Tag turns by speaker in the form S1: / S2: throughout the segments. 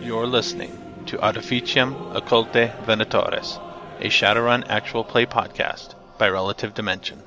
S1: You're listening to Artificium Occulte Venatoris, a Shadowrun actual play podcast by Relative Dimension.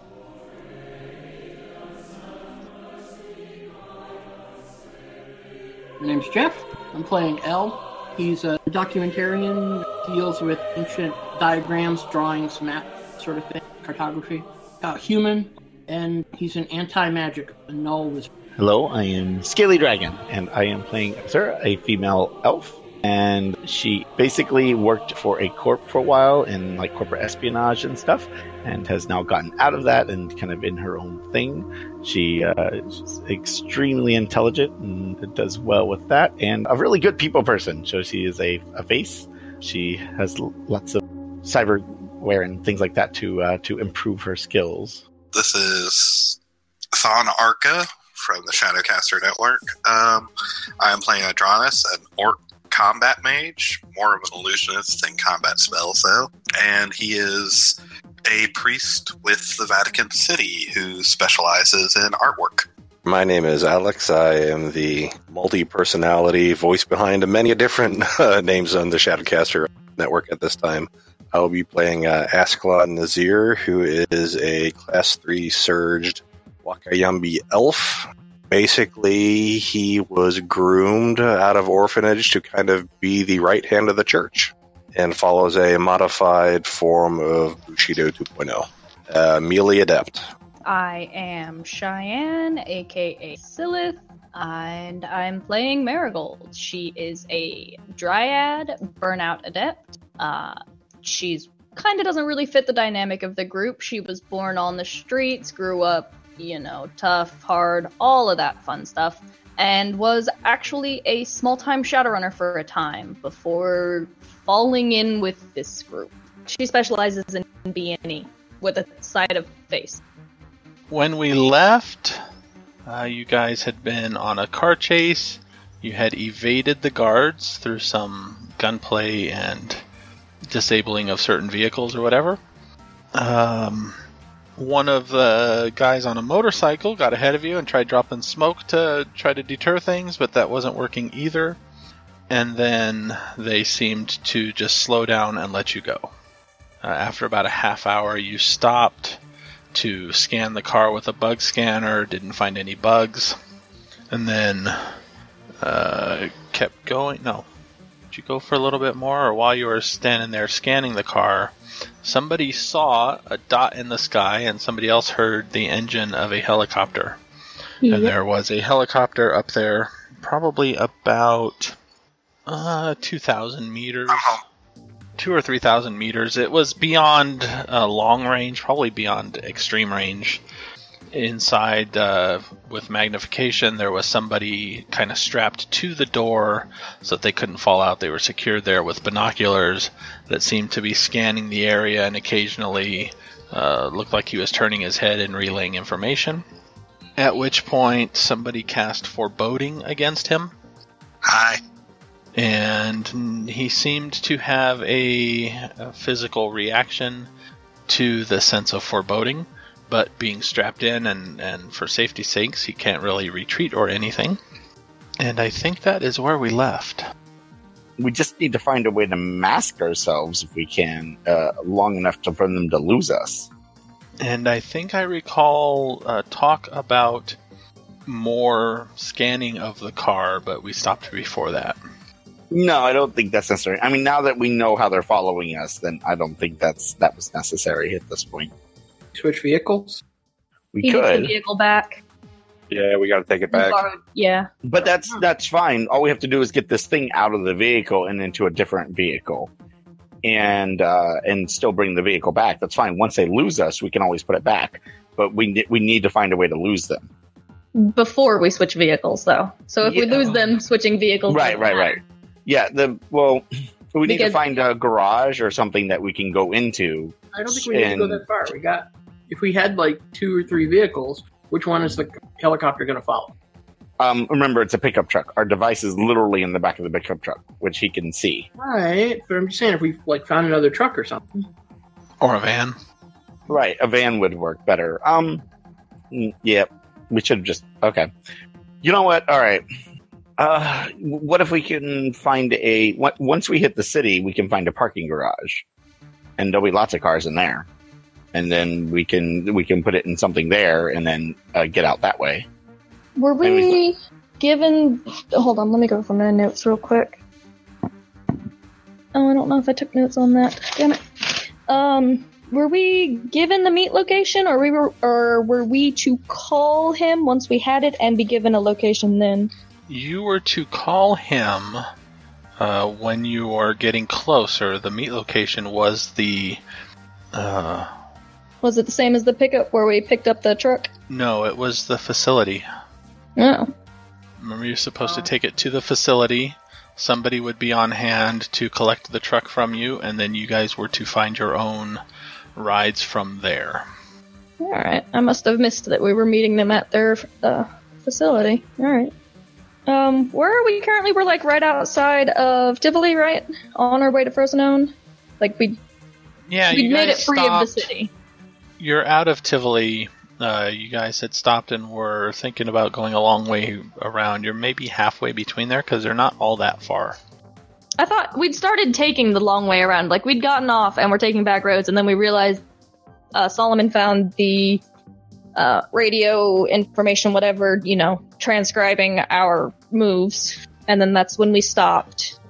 S2: My name's Jeff. I'm playing L. He's a documentarian, deals with ancient diagrams, drawings, maps, sort of thing, cartography. Uh, human, and he's an anti magic, a null wizard.
S3: Hello, I am Scaly Dragon, and I am playing Sir, a female elf. And she basically worked for a corp for a while in like corporate espionage and stuff, and has now gotten out of that and kind of in her own thing. She uh, is extremely intelligent and does well with that, and a really good people person. So she is a, a face. She has l- lots of cyberware and things like that to uh, to improve her skills.
S4: This is Thon Arca from the Shadowcaster Network. Um, I'm playing Adranis, an orc combat mage, more of an illusionist than combat spells, though. And he is a priest with the Vatican City who specializes in artwork.
S5: My name is Alex. I am the multi personality voice behind many different uh, names on the Shadowcaster network at this time. I will be playing uh, Ascalon Nazir, who is a Class 3 Surged Wakayambi Elf. Basically, he was groomed out of orphanage to kind of be the right hand of the church and follows a modified form of Bushido 2.0. Uh, melee Adept.
S6: I am Cheyenne, aka Silith, and I'm playing Marigold. She is a dryad burnout adept. Uh, she's kind of doesn't really fit the dynamic of the group. She was born on the streets, grew up, you know, tough, hard, all of that fun stuff, and was actually a small time Shadowrunner for a time before falling in with this group. She specializes in BNE with a side of face.
S1: When we left, uh, you guys had been on a car chase. You had evaded the guards through some gunplay and disabling of certain vehicles or whatever. Um, one of the guys on a motorcycle got ahead of you and tried dropping smoke to try to deter things, but that wasn't working either. And then they seemed to just slow down and let you go. Uh, after about a half hour, you stopped to scan the car with a bug scanner, didn't find any bugs, and then uh, kept going. No. Did you go for a little bit more, or while you were standing there scanning the car, somebody saw a dot in the sky and somebody else heard the engine of a helicopter. And there was a helicopter up there, probably about uh, 2,000 meters
S4: Uh-huh.
S1: two or three thousand meters. It was beyond uh, long range, probably beyond extreme range. Inside, uh, with magnification, there was somebody kind of strapped to the door so that they couldn't fall out. They were secured there with binoculars that seemed to be scanning the area and occasionally uh, looked like he was turning his head and relaying information. At which point, somebody cast foreboding against him
S4: Hi.
S1: and he seemed to have a, a physical reaction to the sense of foreboding. But being strapped in and, and for safety's sakes, he can't really retreat or anything. And I think that is where we left.
S3: we just need to find a way to mask ourselves if we can uh, long enough to, for them to lose us.
S1: And I think I recall uh, talk about more scanning of the car, but we stopped before that.
S3: No, I don't think that's necessary. I mean, now that we know how they're following us, then I don't think that's that was necessary at this point.
S2: Switch vehicles?
S3: We
S6: he gets the
S3: could,
S6: vehicle back.
S5: Yeah, we got to take it back.
S6: Borrowed- Yeah.
S3: but that's that's fine. All we have to do is get this thing out of the vehicle and into a different vehicle, and uh, and still bring the vehicle back. That's fine. Once they lose us, we can always put it back. But we ne- we need to find a way to lose them.
S6: Before we switch vehicles, though. So if we
S3: Yeah.
S6: lose them, switching vehicles.
S3: Right,
S6: doesn't
S3: right, right. Yeah, the well, we need to
S6: Because-
S3: find a garage or something that we can go into.
S2: I don't think we need to go
S3: And-
S2: that far. We got, if we had like two or three vehicles, which one is the helicopter going to follow?
S3: Um, remember, it's a pickup truck. Our device is literally in the back of the pickup truck, which he can see.
S2: Right, but I'm just saying if we like found another truck or something.
S1: Or a van.
S3: Right, a van would work better. Um, mm, yeah, we should have just okay. You know what? All right,
S7: Uh, what if we can find a on- once we hit the city, we can find a parking garage, and there'll be lots of cars in there, and then we can we can put it in something there, and then uh, get out that way.
S6: Were we
S7: Maybe-
S6: given? Hold on, let me go for my notes real quick. Oh, I don't know if I took notes on that. Damn it. Um, were we given the meet location, or we were, or were we to call him once we had it and be given a location then?
S1: You were to call him uh, when you are getting closer. The meet location was the. Uh,
S6: Was it the same as the pickup where we picked up the truck?
S1: no, it was the facility.
S6: No.
S1: Remember, you're supposed to
S6: Oh.
S1: take it to the facility. Somebody would be on hand to collect the truck from you, and then you guys were to find your own rides from there.
S6: All right. I must have missed that we were meeting them at their uh, facility. All right. Um, where are we currently? We're like right outside of Tivoli, right? On our way to Frozenone. Like we
S1: Yeah,
S6: we
S1: you
S6: made it
S1: guys
S6: free of
S1: stopped.
S6: the city.
S1: You're out of Tivoli. Uh, you guys had stopped and were thinking about going a long way around. You're maybe halfway between there because they're not all that far.
S6: I thought we'd started taking the long way around. Like we'd gotten off and we're taking back roads, and then we realized uh, Solomon found the uh, radio information, whatever you know, transcribing our moves, and then that's when we stopped.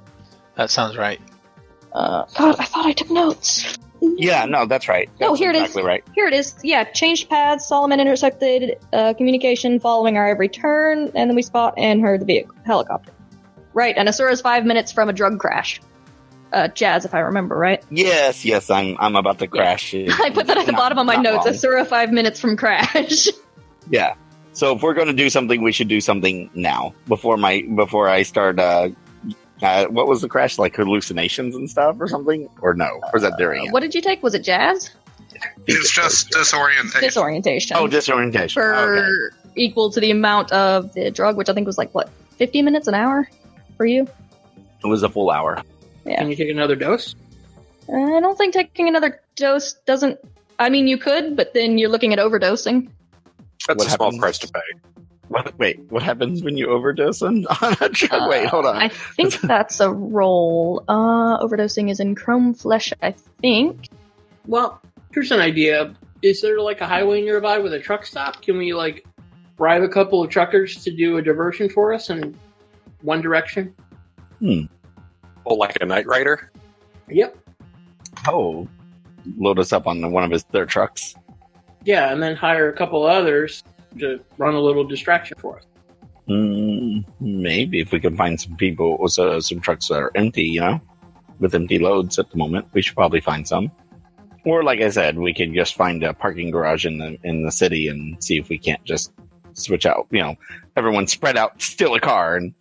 S1: That sounds right.
S6: Uh, God, I thought I took notes.
S7: Yeah, no, that's right.
S6: Oh,
S7: That's
S6: here it is.
S7: exactly right.
S6: Here it is. Yeah, changed paths. Solomon intersected uh, communication following our every turn, and then we spot and heard the vehicle helicopter. Right, and Asura's five minutes from a drug crash. Uh, jazz, if I remember right.
S7: Yes, yes, I'm I'm about to crash.
S6: I put that at the
S7: Not-
S6: bottom of my
S7: not
S6: notes.
S7: long.
S6: Asura five minutes from crash.
S7: Yeah. So if we're going to do something, we should do something now before my before I start. Uh, uh, what was the crash like? Hallucinations and stuff, or something, or no? Or is that
S4: Uh,
S7: during? it?
S6: What did you take? Was it jazz?
S4: It's just disorientation.
S6: Disorientation.
S5: Uh,
S7: Oh, disorientation.
S6: for
S7: Okay.
S6: equal to the amount of the drug, which I think was like what fifty minutes an hour for you.
S7: It was a full hour.
S6: Yeah.
S2: Can you take another dose?
S6: I don't think taking another dose doesn't. I mean, you could, but then you're looking at overdosing.
S5: That's
S7: What
S5: a small
S7: happens?
S5: price to pay.
S7: What, wait, what happens when you overdose on, on a drug? wait, hold
S5: Uh,
S7: on.
S6: I think that's a roll. Uh, overdosing is in chrome flesh, I think.
S2: Well, here's an idea. Is there like a highway nearby with a truck stop? Can we like bribe a couple of truckers to do a diversion for us in one direction?
S5: Oh, like a night rider.
S2: Yep.
S7: oh, load us up on one of his their trucks.
S2: Yeah, and then hire a couple others to run a little distraction for us.
S7: Mm, maybe if we can find some people, or so, some trucks that are empty, you know, with empty loads at the moment, we should probably find some. Or, like I said, we could just find a parking garage in the in the city and see if we can't just switch out. You know, everyone spread out, steal a car, and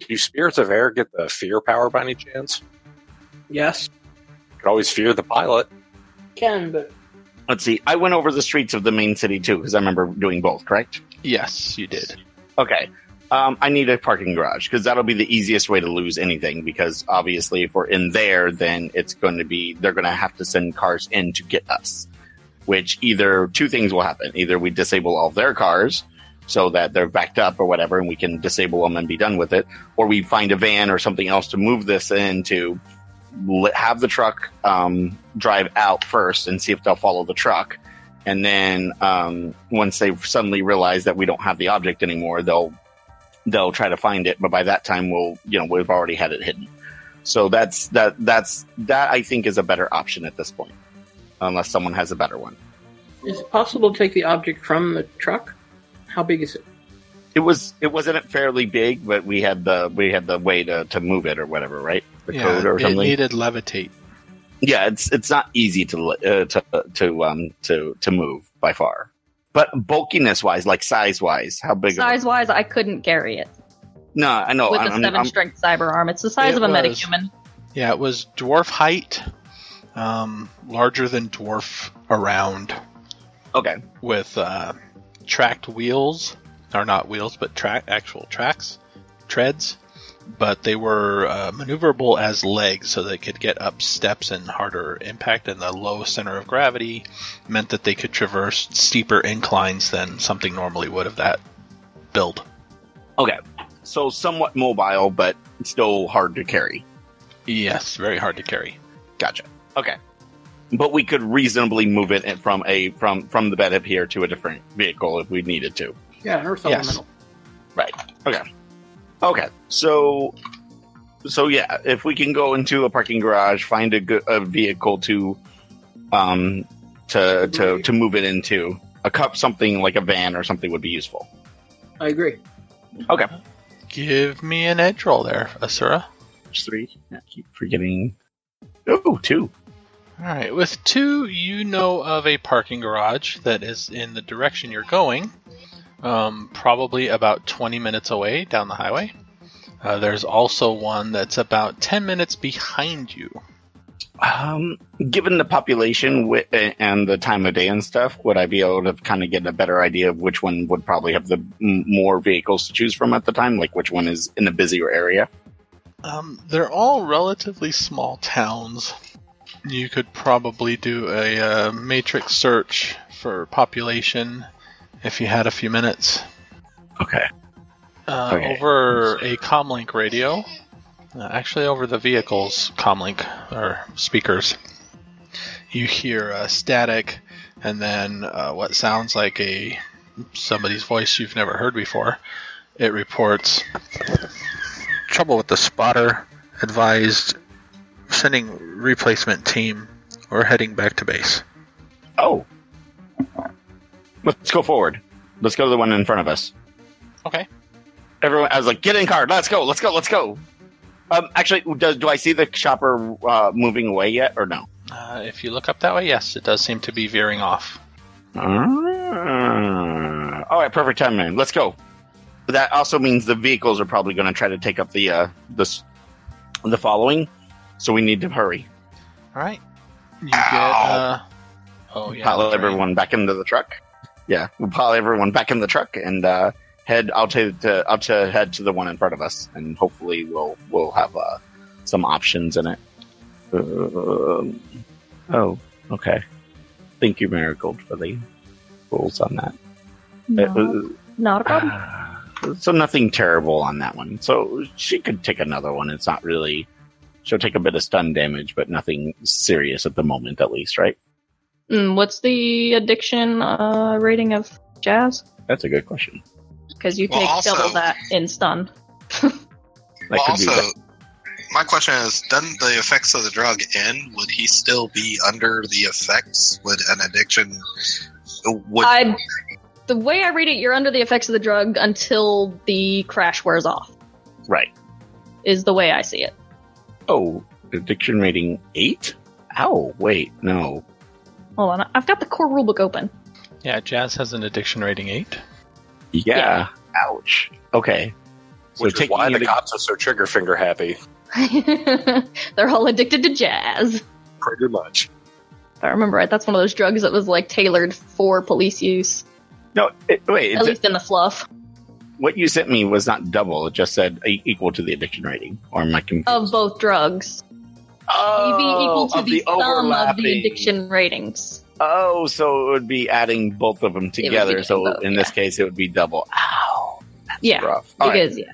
S5: Do spirits of air get the fear power by any chance?
S2: Yes,
S5: You can always fear the pilot.
S2: can, but
S7: let's see. I went over the streets of the main city too because I remember doing both. Correct?
S1: Yes, you did.
S7: Okay. Um, I need a parking garage because that'll be the easiest way to lose anything. Because obviously, if we're in there, then it's going to be they're going to have to send cars in to get us. Which either two things will happen: either we disable all their cars so that they're backed up or whatever, and we can disable them and be done with it, or we find a van or something else to move this in to l- have the truck um, drive out first and see if they'll follow the truck and then um, once they suddenly realize that we don't have the object anymore, they'll they'll try to find it. But by that time, we'll you know we've already had it hidden. So that's that that's that I think is a better option at this point, unless someone has a better one.
S2: is it possible to take the object from the truck? How big is it?
S7: It was it wasn't fairly big, but we had the we had the way to, to move it or whatever, right? The
S1: yeah,
S7: code or
S1: it
S7: something.
S1: needed levitate.
S7: yeah, it's it's not easy to li- uh, to to um to to move by far. But bulkiness wise, like size wise, how big? of a-
S6: Size wise, I couldn't carry it
S7: No, I know.
S6: with
S7: I'm,
S6: the
S7: I'm-
S6: 7
S7: I'm-
S6: strength cyber arm. It's the size
S1: It
S6: of a
S1: was.
S6: metahuman.
S1: Yeah, it was dwarf height, um, larger than dwarf around,
S7: okay.
S1: with uh, tracked wheels, or not wheels, but track actual tracks, treads. But they were uh, maneuverable as legs, so they could get up steps and harder impact. And the low center of gravity meant that they could traverse steeper inclines than something normally would of that build.
S7: so somewhat mobile, but still hard to carry.
S1: Yes, very hard to carry.
S7: Gotcha. Okay, but we could reasonably move it in- from a from from the bed up here to a different vehicle if we needed to.
S2: Yeah, her supplemental.
S7: Okay, so so yeah, if we can go into a parking garage, find a, good, a vehicle to um to to to move it into a cup, something like a van or something would be useful.
S2: I agree.
S1: Give me an edge roll there, Asura.
S7: There's three. I keep forgetting. Oh, two.
S1: All right, with two, you know of a parking garage that is in the direction you're going, um, probably about 20 minutes away down the highway. Uh, there's also one that's about 10 minutes behind you.
S7: Um, given the population wi- eh, and the time of day and stuff, would I be able to kind of get a better idea of which one would probably have the m- more vehicles to choose from at the time? Like which one is in the busier area?
S1: Um, they're all relatively small towns. You could probably do a uh, matrix search for population if you had a few minutes.
S7: Okay.
S1: Uh,
S7: Okay.
S1: Over a comlink radio, uh, actually over the vehicle's comlink or speakers, you hear uh, static, and then uh, what sounds like a somebody's voice you've never heard before. It reports trouble with the spotter. Advised sending replacement team. We're heading back to base.
S7: Oh. Let's go forward. Let's go to the one in front of us.
S1: Okay.
S7: Everyone, I was like, get in car. Let's go. Let's go. Let's go. Um, actually, do, do I see the shopper uh, moving away yet or no?
S1: Uh, if you look up that way, yes, it does seem to be veering off.
S7: Ah. all right, perfect time, man. Let's go. But that also means the vehicles are probably going to try to take up the uh, this the following, so we need to hurry.
S1: All right. You
S4: Ow.
S1: get. Uh, oh yeah.
S7: pile
S1: that's right.
S7: everyone back into the truck. Yeah, we'll pile everyone back in the truck and uh, head out to, to out to head to the one in front of us, and hopefully we'll we'll have uh, some options in it. Um, oh, okay. Thank you, Marigold, for the rules on that. Uh,
S6: No,
S7: It was-
S6: not a problem.
S7: so nothing terrible on that one. So she could take another one. It's not really. She'll take a bit of stun damage, but nothing serious at the moment, at least, right?
S6: Mm, what's the addiction uh, rating of jazz?
S7: That's a good question.
S6: Because you
S4: Well,
S6: take
S4: also-
S6: double that in stun.
S7: That
S4: Well,
S7: could be
S4: also,
S7: that-
S4: my question is: Doesn't the effects of the drug end? Would he still be under the effects? Would an addiction? Would
S6: I, the way I read it, you're under the effects of the drug until the crash wears off.
S7: right.
S6: Is the way I see it.
S7: Oh, addiction rating eight? Ow, wait, no.
S6: Hold on, I've got the core rulebook open.
S1: Yeah, Jazz has an addiction rating eight.
S7: Yeah.
S6: Yeah.
S7: Ouch. Okay.
S5: Which is why the
S7: into-
S5: cops are so trigger finger happy.
S6: They're all addicted to jazz.
S5: Pretty much.
S6: If I remember right, that's one of those drugs that was like tailored for police use,
S7: No, it, wait.
S6: at
S7: it's-
S6: least in the fluff
S7: what you sent me was not double. It just said e- equal to the addiction rating. Or am I confused?
S6: of both drugs.
S7: oh,
S6: be equal to
S7: of
S6: the, sum of the
S7: overlapping.
S6: addiction ratings.
S7: Oh, so it would be adding both of them
S6: be
S7: together.
S6: doing
S7: So
S6: both,
S7: in this case, it would be double. Ow. That's
S6: Yeah,
S7: rough. All right.
S6: Because yeah,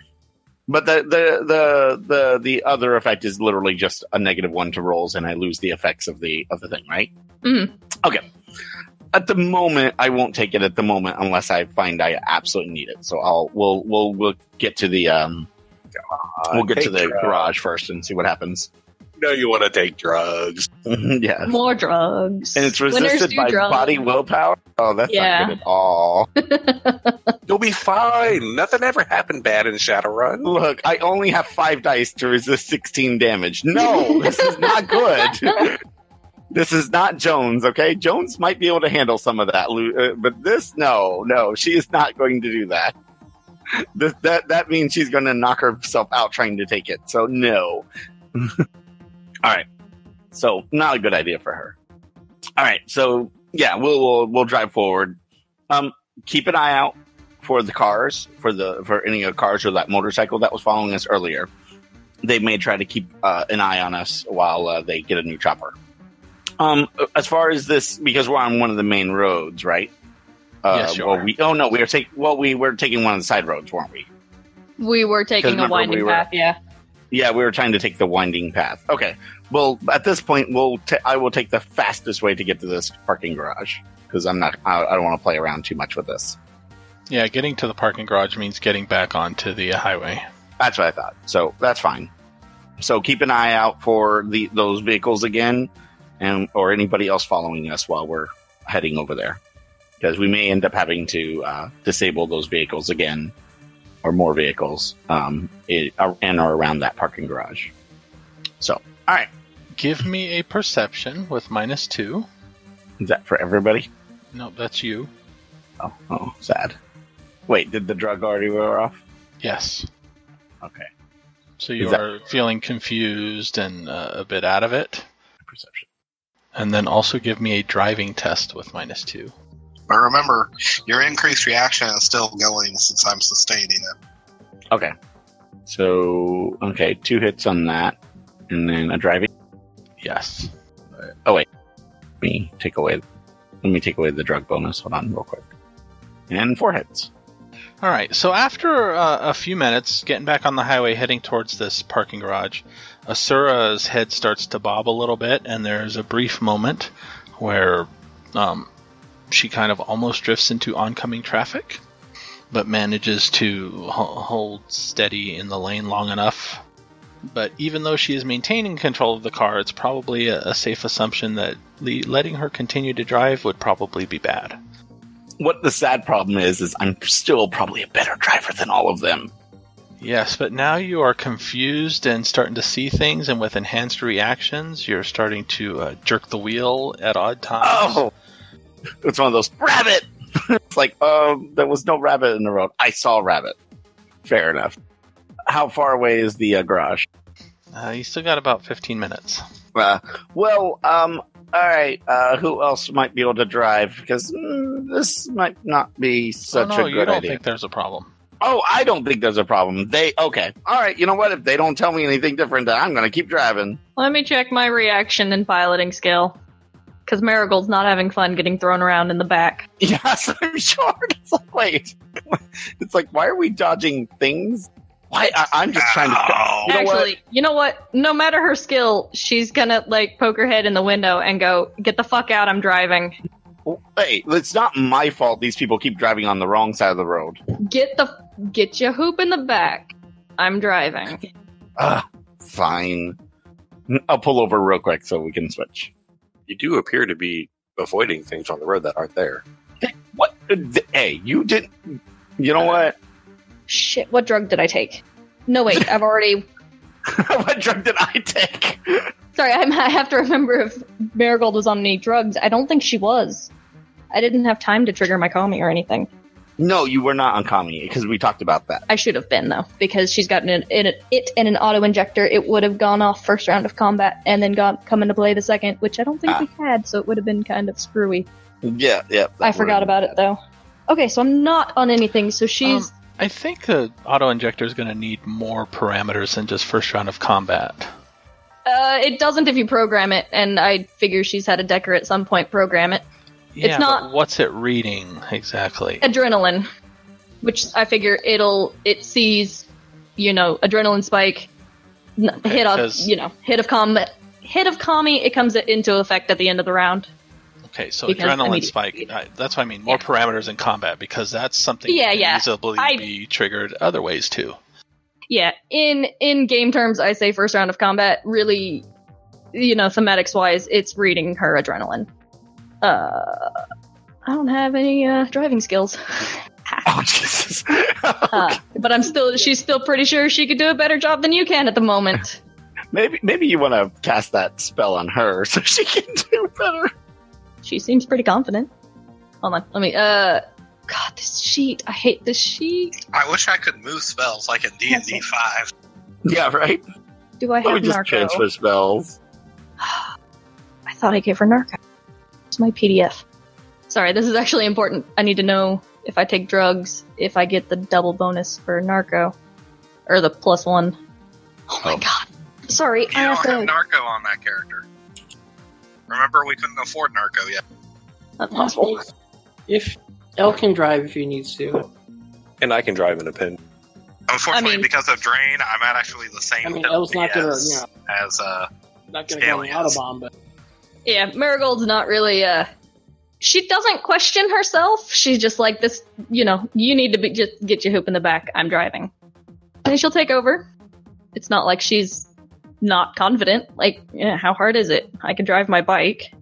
S7: But the, the the the the other effect is literally just a negative one to rolls, and I lose the effects of the of the thing, right?
S6: Mhm.
S7: Okay. At the moment, I won't take it at the moment unless I find I absolutely need it. So I'll we'll we'll we'll get to the um we'll get to the garage first and see what happens.
S5: Uh, No, you want to take drugs.
S7: yeah, and
S6: more drugs.
S7: it's
S6: Winners
S7: resisted
S6: do
S7: by
S6: drugs.
S7: body willpower. Oh, that's
S6: Yeah.
S7: not good at all.
S5: You'll be fine. Nothing ever happened bad in Shadowrun.
S7: Look, I only have five dice to resist 16 damage. No, this is not good. this is not Jones, okay? Jones might be able to handle some of that, Lu- uh, but this, no, no, she is not going to do that. This, that that means she's going to knock herself out trying to take it. So no. All right. So not a good idea for her. All right. So yeah, we'll we'll, we'll drive forward. Um, keep an eye out for the cars, for the for any of the cars or that motorcycle that was following us earlier, they may try to keep uh, an eye on us while uh, they get a new chopper. Um, as far as this, because we're on one of the main roads, right? Uh,
S1: Yes, you
S7: well,
S1: are.
S7: we oh no, we are taking well, we were taking one of the side roads, weren't we?
S6: We were taking a
S7: remember
S6: winding
S7: we were-
S6: path, yeah.
S7: Yeah, we were trying to take the winding path. Okay. Well, at this point, we'll ta- I will take the fastest way to get to this parking garage because I'm not. I, I don't want to play around too much with this.
S1: Yeah, getting to the parking garage means getting back onto the highway.
S7: That's what I thought. So that's fine. So keep an eye out for the those vehicles again, and or anybody else following us while we're heading over there, because we may end up having to uh, disable those vehicles again, or more vehicles, um, i in or around that parking garage. So, all right,
S1: Give me a perception with minus two.
S7: is that for everybody?
S1: Nope, that's you.
S7: Oh, oh, sad. Wait, did the drug already wear off?
S1: Yes.
S7: Okay,
S1: So you
S7: Is that-
S1: are feeling confused and uh, a bit out of it.
S7: perception.
S1: And then also give me a driving test with minus two.
S4: But remember, your increased reaction is still going since I'm sustaining it.
S7: Okay, so okay, two hits on that, and then a driving.
S1: Yes.
S7: Let me take away let me take away the drug bonus. Hold on real quick. And four hits.
S1: All right. So after uh, a few minutes, getting back on the highway, heading towards this parking garage, Asura's head starts to bob a little bit, and there's a brief moment where um, she kind of almost drifts into oncoming traffic, but manages to h- hold steady in the lane long enough. But even though she is maintaining control of the car, it's probably a, a safe assumption that le- letting her continue to drive would probably be bad.
S7: What the sad problem is is I'm still probably a better driver than all of them.
S1: Yes, but now you are confused and starting to see things, and with enhanced reactions, you're starting to uh, jerk the wheel at odd times.
S7: Oh, it's one of those rabbit. it's like, um, there was no rabbit in the road. I saw rabbit. Fair enough. How far away is the uh, garage?
S1: Uh, you still got about 15 minutes.
S7: Uh, well, um, all right. Uh, who else might be able to drive? Because mm, this might not be
S1: oh,
S7: such
S1: no,
S7: a good
S1: you don't
S7: idea.
S1: think there's a problem.
S7: Oh, I don't think there's a problem. They okay. All right, you know what? If they don't tell me anything different, then I'm gonna keep driving.
S6: Let me check my reaction and piloting skill. Because Marigold's not having fun getting thrown around in the back.
S7: Yes, I'm sure. It's like, wait, it's like why are we dodging things? Why I, I'm just trying to.
S4: Ow.
S7: You know what?
S6: Actually, you know what? No matter her skill, she's gonna, like, poke her head in the window and go, Get the fuck out, I'm driving.
S7: Hey, it's not my fault. These people keep driving on the wrong side of the road.
S6: Get the. Get your hoop in the back. I'm driving.
S7: Ugh, fine. I'll pull over real quick so we can switch.
S5: You do appear to be avoiding things on the road that aren't there.
S7: What? Hey, you didn't. You know
S5: Uh,
S7: what?
S6: Shit, what drug did I take? No, wait, I've already.
S7: what drug did I take?
S6: Sorry, I'm, I have to remember if Marigold was on any drugs. I don't think she was. I didn't have time to trigger my commie or anything.
S7: No, you were not on Kami because we talked about that.
S6: I should have been, though, because she's gotten an, it, it and an auto injector. It would have gone off first round of combat and then got, come into play the second, which I don't think we had, so it would have been kind of screwy.
S7: Yeah, yeah.
S6: I forgot about it, though. Okay, so I'm not on anything, so she's.
S1: I think the auto injector is going to need more parameters than just first round of combat.
S6: uh, it doesn't if you program it, and I figure she's had a decker at some point program it.
S1: Yeah, but
S6: not-
S1: what's it reading exactly?
S6: adrenaline, which I figure it'll it sees, you know, adrenaline spike, n- hit of
S1: 'cause-
S6: you know hit of com hit of commie. It comes into effect at the end of the round.
S1: Okay, so
S6: Because
S1: adrenaline
S6: immediate-
S1: spike. I, that's what I mean. More
S6: Yeah.
S1: parameters in combat because that's something
S6: Yeah,
S1: that can
S6: yeah.
S1: easily
S6: I-
S1: be triggered other ways too.
S6: Yeah, in in game terms, I say first round of combat. Really, you know, thematics wise, it's reading her adrenaline. Uh, I don't have any uh, driving skills.
S7: Oh Jesus!
S6: Uh, but I'm still, she's still pretty sure she could do a better job than you can at the moment.
S7: maybe maybe you want to cast that spell on her so she can do better.
S6: She seems pretty confident. Hold on, let me. Uh, God, this sheet. I hate this sheet.
S4: I wish I could move spells like in D and D five.
S7: Yeah, right.
S6: Do I
S7: Why don't we
S6: have
S7: just
S6: narco?
S7: transfer spells?
S6: I thought I gave her narco. It's my PDF. Sorry, this is actually important. I need to know if I take drugs, if I get the double bonus for narco, or the plus one. Oh my
S7: Oh.
S6: God. Sorry,
S4: You
S6: I have
S4: don't have
S6: to.
S4: narco on that character. Remember, we couldn't afford narco yet.
S6: That's possible.
S2: If Elle can drive if she needs to.
S5: And I can drive in a pin.
S4: Unfortunately,
S6: mean-
S4: because of drain, I'm at actually the same
S2: I mean,
S4: penalty
S2: Elf's not gonna,
S4: as,
S2: you
S4: as uh,
S2: Not going to go on the
S4: Aliens.
S2: Autobahn, but
S6: Yeah, Marigold's not really uh she doesn't question herself. She's just like this, you know, you need to be just get your hoop in the back. I'm driving. And she'll take over. It's not like she's not confident. Like, yeah, how hard is it? I can drive my bike.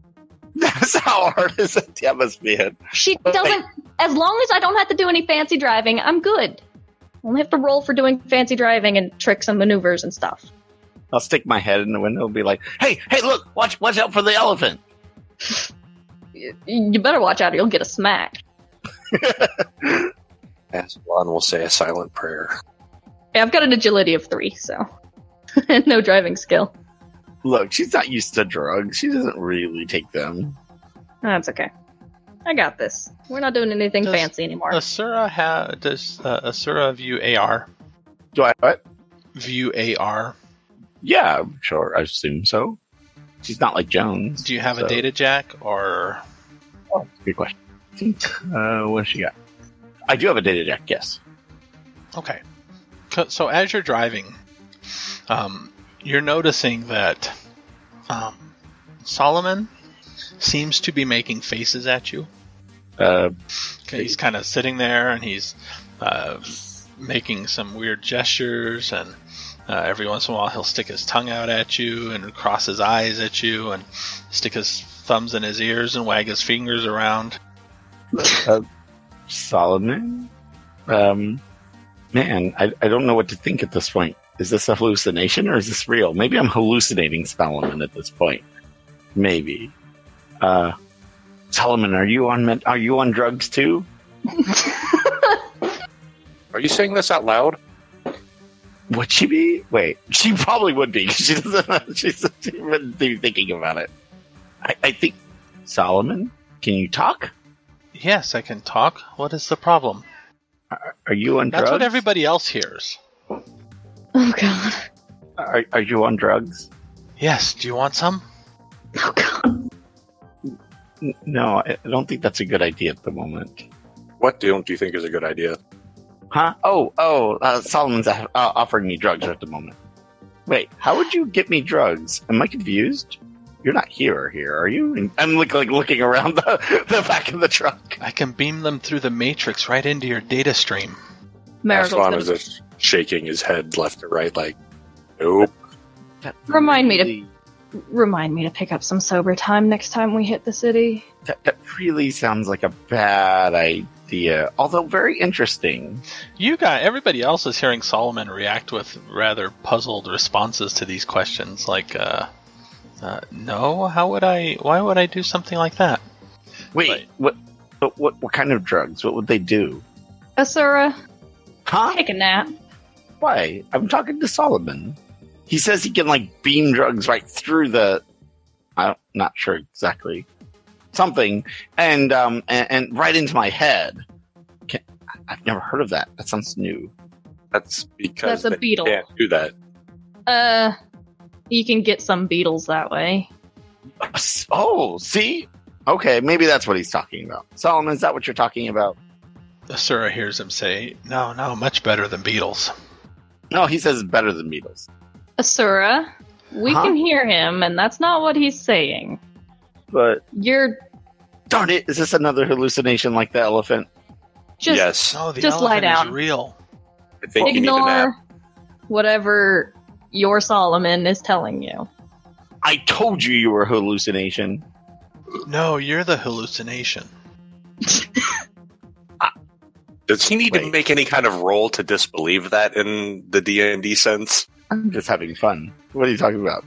S7: That's how hard is it? Yeah, must be it.
S6: She doesn't as long as I don't have to do any fancy driving, I'm good. I only have to roll for doing fancy driving and tricks and maneuvers and stuff.
S7: I'll stick my head in the window and be like, "Hey, hey, look! Watch, watch out for the elephant!"
S6: Y- You better watch out or you'll get a smack.
S5: Ascalon will say a silent prayer.
S6: Yeah, I've got an agility of three, so no driving skill.
S7: Look, she's not used to drugs. She doesn't really take them.
S6: Oh, That's okay. I got this. We're not doing anything
S1: Does-
S6: fancy anymore.
S1: Asura ha- does uh, Asura view AR?
S7: Do I? What?
S1: View AR.
S7: Yeah, I'm sure. I assume so. She's not like Jones.
S1: Do you have
S7: so-
S1: a data jack or
S7: Oh, good question. Uh, what she got? I do have a data deck. Yes.
S1: Okay. Co- So as you're driving, um, you're noticing that um, Solomon seems to be making faces at you.
S7: Uh,
S1: He's kind of sitting there and he's uh, making some weird gestures, and uh, every once in a while he'll stick his tongue out at you and cross his eyes at you and stick his thumbs in his ears and wag his fingers around.
S7: Solomon. Um, man, I, I don't know what to think at this point. Is this a hallucination or is this real? Maybe I'm hallucinating Solomon at this point. Maybe. Uh, Solomon, are you on med- are you on drugs too?
S5: Are you saying this out loud?
S7: Would she be? Wait, she probably would be. 'cause She doesn't. She's, she wouldn't be thinking about it. I, I think Solomon, can you talk?
S1: Yes, I can talk. What is the problem?
S7: Are you on
S1: That's
S7: drugs?
S1: what everybody else hears.
S6: oh god.
S7: Are, are you on drugs?
S1: Yes, do you want some?
S6: Oh god.
S7: N- No, I I don't think that's a good idea at the moment.
S5: What don't you think is a good idea?
S7: Huh? Oh, oh, uh, Solomon's uh, uh, offering me drugs at the moment. Wait, how would you get me drugs? Am I confused? You're not here, or here, are you? And I'm look, like looking around the, the back of the truck.
S1: I can beam them through the matrix right into your data stream.
S6: Marigold's
S5: Ascalon
S6: gonna-
S5: is just shaking his head left to right, like, nope.
S7: That
S6: Remind me to-
S7: really-
S6: remind me to pick up some sober time next time we hit the city.
S7: That, that really sounds like a bad idea, although very interesting.
S1: You got everybody else is hearing Solomon react with rather puzzled responses to these questions, like, uh, uh, "No, how would I? Why would I do something like that?"
S7: Wait,
S1: Right.
S7: what? But what? What kind of drugs? What would they do?
S6: Asura,
S7: Huh?
S6: take a nap.
S7: Why? I'm talking to Solomon. He says he can like beam drugs right through the. I'm not sure exactly. Something and um and, and right into my head. Can, I- I've never heard of that. That sounds new.
S5: That's because
S6: That's a
S5: they
S6: beetle.
S5: can't do that.
S6: Uh you can get some beetles that way.
S7: Oh, see. Okay, maybe that's what he's talking about. Solomon, is that what you're talking about?
S1: Asura hears him say, "No, no, much better than Beatles."
S7: No, he says it's better than Beatles.
S6: Asura, we
S7: Huh?
S6: can hear him, and that's not what he's saying.
S7: But
S6: You're
S7: darn it, is this another hallucination like the elephant?
S6: just
S5: yes.
S1: No, the
S6: Just lie
S1: elephant
S6: down.
S1: is real.
S5: I think you need a nap.
S6: ignore whatever your Solomon is telling you.
S7: I told you you were a hallucination.
S1: No, you're the hallucination.
S5: Does he need to
S7: Wait.
S5: make any kind of role to disbelieve that in the D&D sense?
S7: I'm just having fun. What are you talking about?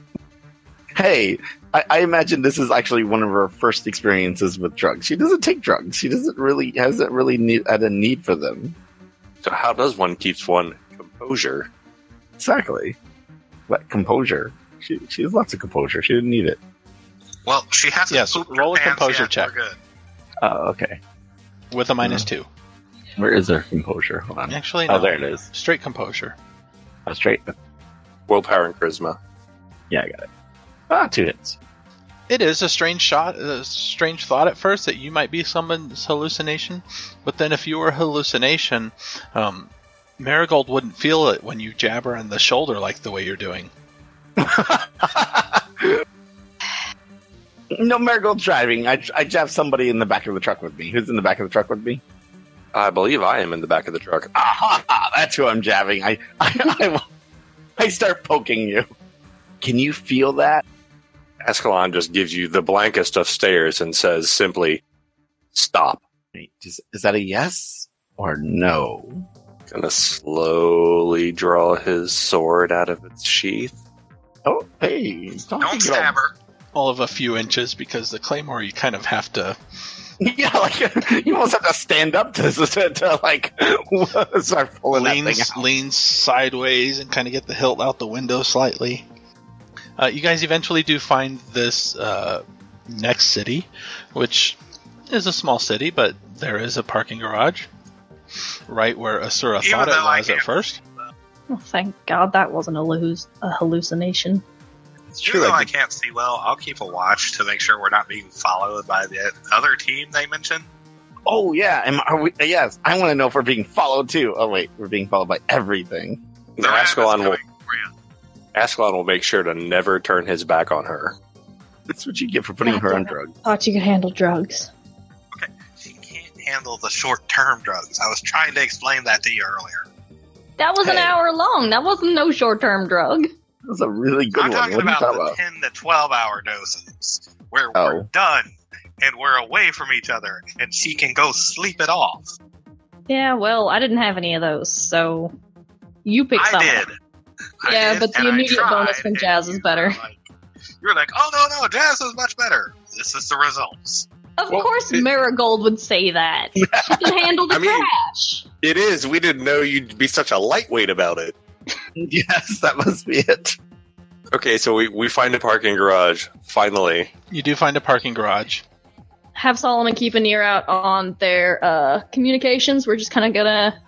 S7: Hey, I, I imagine this is actually one of her first experiences with drugs. She doesn't take drugs. She doesn't really hasn't really need, had a need for them.
S5: So how does one keeps one composure?
S7: Exactly. But composure. She she has lots of composure. She didn't need it.
S4: well, she has to
S1: Yes,
S4: poop her
S1: roll a
S4: pants
S1: composure
S4: yet,
S1: check.
S4: We're good.
S7: Oh, okay.
S1: With a minus two,
S7: Where is her composure? Hold on.
S1: actually. No.
S7: Hmm. Oh, there it is.
S1: Straight composure.
S7: Oh, straight.
S5: Willpower and charisma.
S7: Yeah, I got it. Ah, two hits.
S1: It is a strange shot, a strange thought at first that you might be someone's hallucination, but then if you were a hallucination, um, Marigold wouldn't feel it when you jab her on the shoulder like the way you're doing.
S7: no marigold driving. I, I jab somebody in the back of the truck with me. Who's in the back of the truck with me?
S5: I believe I am in the back of the truck.
S7: Aha! That's who I'm jabbing. I, I, I, I start poking you. Can you feel that?
S5: Ascalon just gives you the blankest of stares and says simply, "Stop."
S7: Wait, Is, is that a yes or no?
S5: Gonna slowly draw his sword out of its sheath.
S7: Oh, hey, he's talking
S4: Don't
S7: about-
S4: stab her.
S1: All of a few inches because the claymore you kind of have to.
S7: Yeah, like you almost have to stand up to this to, to, like start pulling that thing
S1: leans,
S7: out.
S1: leans sideways and kind of get the hilt out the window slightly. Uh, you guys eventually do find this uh, next city, which is a small city, but there is a parking garage right where Asura
S4: Even
S1: thought it
S4: though I
S1: was at
S4: can't-
S1: first.
S3: Oh, thank God that wasn't a, halluc- a hallucination.
S7: It's
S4: Even though
S7: I
S4: I
S7: did-
S4: can't see well, I'll keep a watch to make sure we're not being followed by the other team they mentioned.
S7: oh yeah, am, are we? Yes, I want to know if we're being followed too. Oh wait, we're being followed by everything.
S4: The
S5: Now
S4: rat is
S5: Ascalon will
S4: coming for you.
S5: Ascalon will make sure to never turn his back on her.
S7: That's what you get for putting
S3: Yeah,
S7: her on
S3: damn it.
S7: drugs.
S3: Thought you could handle drugs.
S4: She can't handle the short-term drugs. I was trying to explain that to you earlier.
S6: That was an
S7: Hey.
S6: hour long. That wasn't no short term drug.
S7: That's a really good
S4: I'm
S7: one.
S4: talking
S7: What are you
S4: about
S7: talking
S4: the
S7: about?
S4: 10 to 12 hour doses where we're
S7: Oh.
S4: done and we're away from each other and she can go sleep it off.
S3: Yeah, well, I didn't have any of those, so you picked
S4: I
S3: some.
S4: did. I
S6: Yeah,
S4: did,
S6: but the
S4: and I
S6: immediate
S4: tried,
S6: bonus from
S4: and
S6: Jazz is
S4: you
S6: better.
S4: were like- You were like, oh no, no, Jazz is much better. This is the results.
S6: Of
S5: Well,
S6: course,
S5: it-
S6: Marigold would say that. She can handle the
S5: I mean-
S6: crash.
S5: It is. We didn't know you'd be such a lightweight about it.
S7: Yes, that must be it.
S5: Okay, so we, we find a parking garage, finally.
S1: You do find a parking garage.
S6: Have Solomon keep an ear out on their uh, communications. We're just kind of gonna